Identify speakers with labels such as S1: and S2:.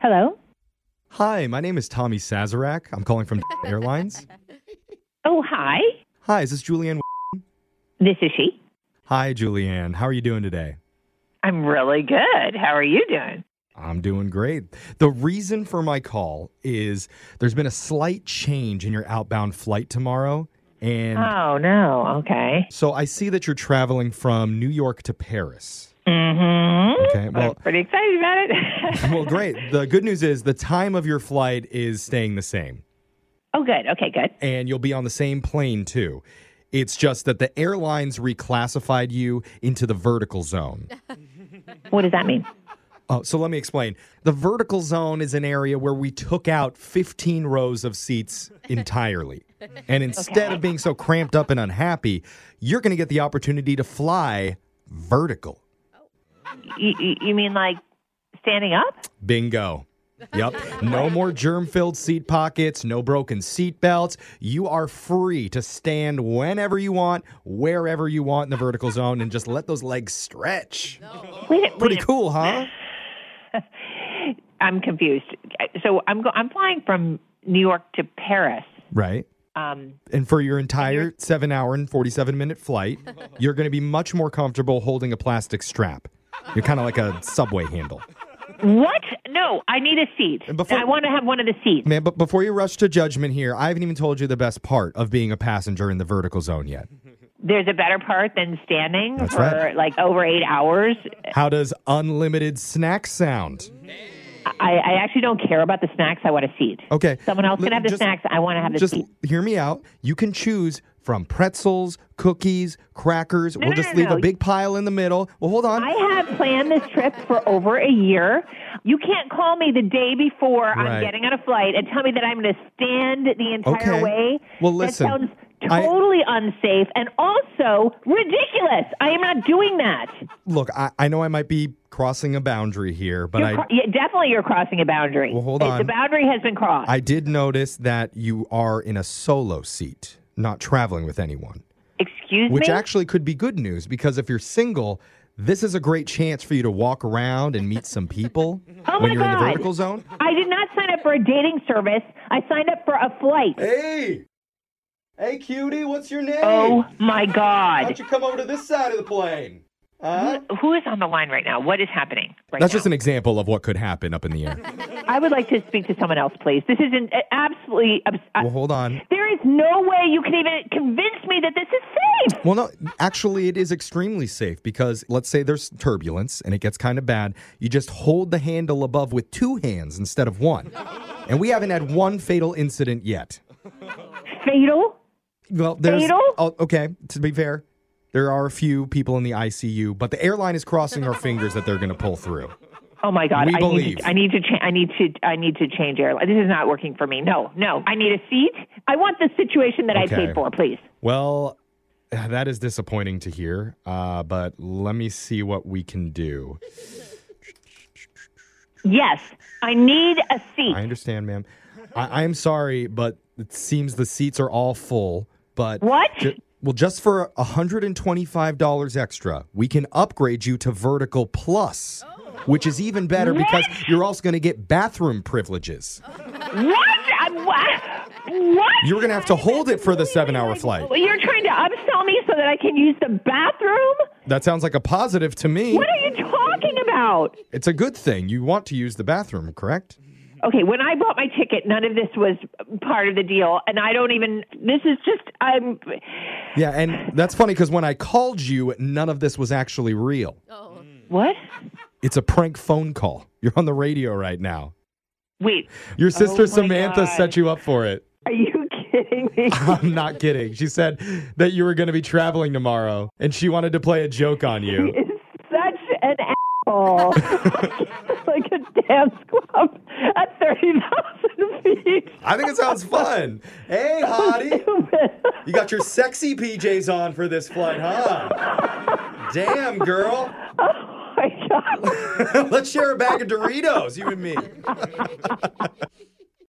S1: Hello.
S2: Hi, my name is Tommy Sazerac. I'm calling from Airlines.
S1: Oh, hi.
S2: Hi, is this Julianne?
S1: This is she.
S2: Hi, Julianne. How are you doing today?
S1: I'm really good. How are you doing?
S2: I'm doing great. The reason for my call is there's been a slight change in your outbound flight tomorrow. And
S1: Oh, no. Okay.
S2: so I see that you're traveling from New York to Paris.
S1: Mm-hmm.
S2: Okay.
S1: I'm
S2: Well,
S1: pretty excited about it.
S2: well, great. The good news is the time of your flight is staying the same.
S1: oh, good. Okay, good.
S2: and you'll be on the same plane too. It's just that the airlines reclassified you into the vertical zone.
S1: What does that mean?
S2: Oh, so let me explain. The vertical zone is an area where we took out 15 rows of seats entirely. And instead of being so cramped up and unhappy, you're going to get the opportunity to fly vertical.
S1: You, you, you mean like standing up?
S2: Bingo. Yep. No more germ filled seat pockets, no broken seat belts. You are free to stand whenever you want, wherever you want in the vertical zone, and just let those legs stretch.
S1: Wait, a-
S2: Pretty
S1: wait. a-
S2: cool, huh?
S1: I'm confused. So I'm go- I'm flying from New York to Paris.
S2: Right.
S1: Um,
S2: And for your entire seven hour and 47 minute flight, you're going to be much more comfortable holding a plastic strap. You're kind of like a subway handle.
S1: what? No, I need a seat.
S2: And before-
S1: I want to have one of the seats.
S2: Man, but before you rush to judgment here, I haven't even told you the best part of being a passenger in the vertical zone yet.
S1: There's a better part than standing
S2: That's
S1: for
S2: right.
S1: like over eight hours.
S2: How does unlimited snack sound?
S1: I, I actually don't care about the snacks. I want a seat.
S2: Okay.
S1: Someone else
S2: L-
S1: can have the
S2: just-
S1: snacks. I want to have the
S2: Just
S1: seat.
S2: hear me out. You can choose from pretzels, cookies, crackers. we'll
S1: no,
S2: just
S1: no,
S2: leave a
S1: no.
S2: big pile in the middle. Well, hold on.
S1: I have planned this trip for over a year. You can't call me the day before
S2: Right.
S1: I'm getting on a flight and tell me that I'm going to stand the entire
S2: Okay.
S1: way.
S2: Well, listen,
S1: That sounds
S2: I-
S1: totally unsafe and also ridiculous. I am not doing that.
S2: Look, I, I know I might be crossing a boundary here, but
S1: You're
S2: I
S1: cro- yeah, definitely, you're crossing a boundary.
S2: Well, hold
S1: It- The
S2: on.
S1: boundary has been crossed.
S2: I did notice that you are in a solo seat, not traveling with anyone,
S1: Excuse
S2: which
S1: me.
S2: actually could be good news because if you're single, this is a great chance for you to walk around and meet some people
S1: Oh
S2: when
S1: my
S2: you're in the
S1: God.
S2: vertical zone.
S1: I did not sign up for a dating service. I signed up for a flight.
S2: Hey, hey, cutie, what's your name?
S1: Oh my God!
S2: you come over to this side of the plane? Huh?
S1: Who is on the line right now? What is happening right
S2: That's
S1: now?
S2: just an example of what could happen up in the air.
S1: I would like to speak to someone else, please. This is an, absolutely. Abs- uh,
S2: well, hold on.
S1: there is no way you can even convince me that this is safe.
S2: Well, no, actually, it is extremely safe because let's say there's turbulence and it gets kind of bad. You just hold the handle above with two hands instead of one. And we haven't had one fatal incident yet.
S1: Fatal?
S2: Well, there's.
S1: Fatal?
S2: Oh, okay, to be fair, there are a few people in the ICU, but the airline is crossing our fingers that they're going to pull through.
S1: Oh my God!
S2: We
S1: I
S2: believe.
S1: need. To, I need to. Cha- I need to. I need to change airline. This is not working for me. No, no. I need a seat. I want the situation that
S2: Okay.
S1: I paid for, please.
S2: Well, that is disappointing to hear, uh, but let me see what we can do.
S1: Yes, I need a seat.
S2: I understand, ma'am. I, I'm sorry, but it seems the seats are all full. But
S1: What?
S2: Ju- well, just for $125 extra, we can upgrade you to Vertical Plus, which is even better because you're also going to get bathroom privileges.
S1: what? I'm, what? What?
S2: You're going to have to hold it for the seven hour flight.
S1: Well, You're trying to upsell me so that I can use the bathroom?
S2: That sounds like a positive to me.
S1: What are you talking about?
S2: It's a good thing. You want to use the bathroom, correct?
S1: Okay, when I bought my ticket, none of this was part of the deal, and I don't even. This is just. I'm.
S2: Yeah, and that's funny because when I called you, none of this was actually real.
S1: What?
S2: It's a prank phone call. You're on the radio right now.
S1: Wait,
S2: Your sister
S1: Oh my
S2: Samantha
S1: God.
S2: set you up for it.
S1: are you kidding me?
S2: I'm not kidding. She said that you were going to be traveling tomorrow and she wanted to play a joke on you.
S1: It's such an asshole. like a dance club at thirty thousand feet.
S2: I think it sounds fun. Hey, hottie. You got your sexy PJs on for this flight, huh? Damn, girl.
S1: Oh my god.
S2: Let's share a bag of Doritos, you and me.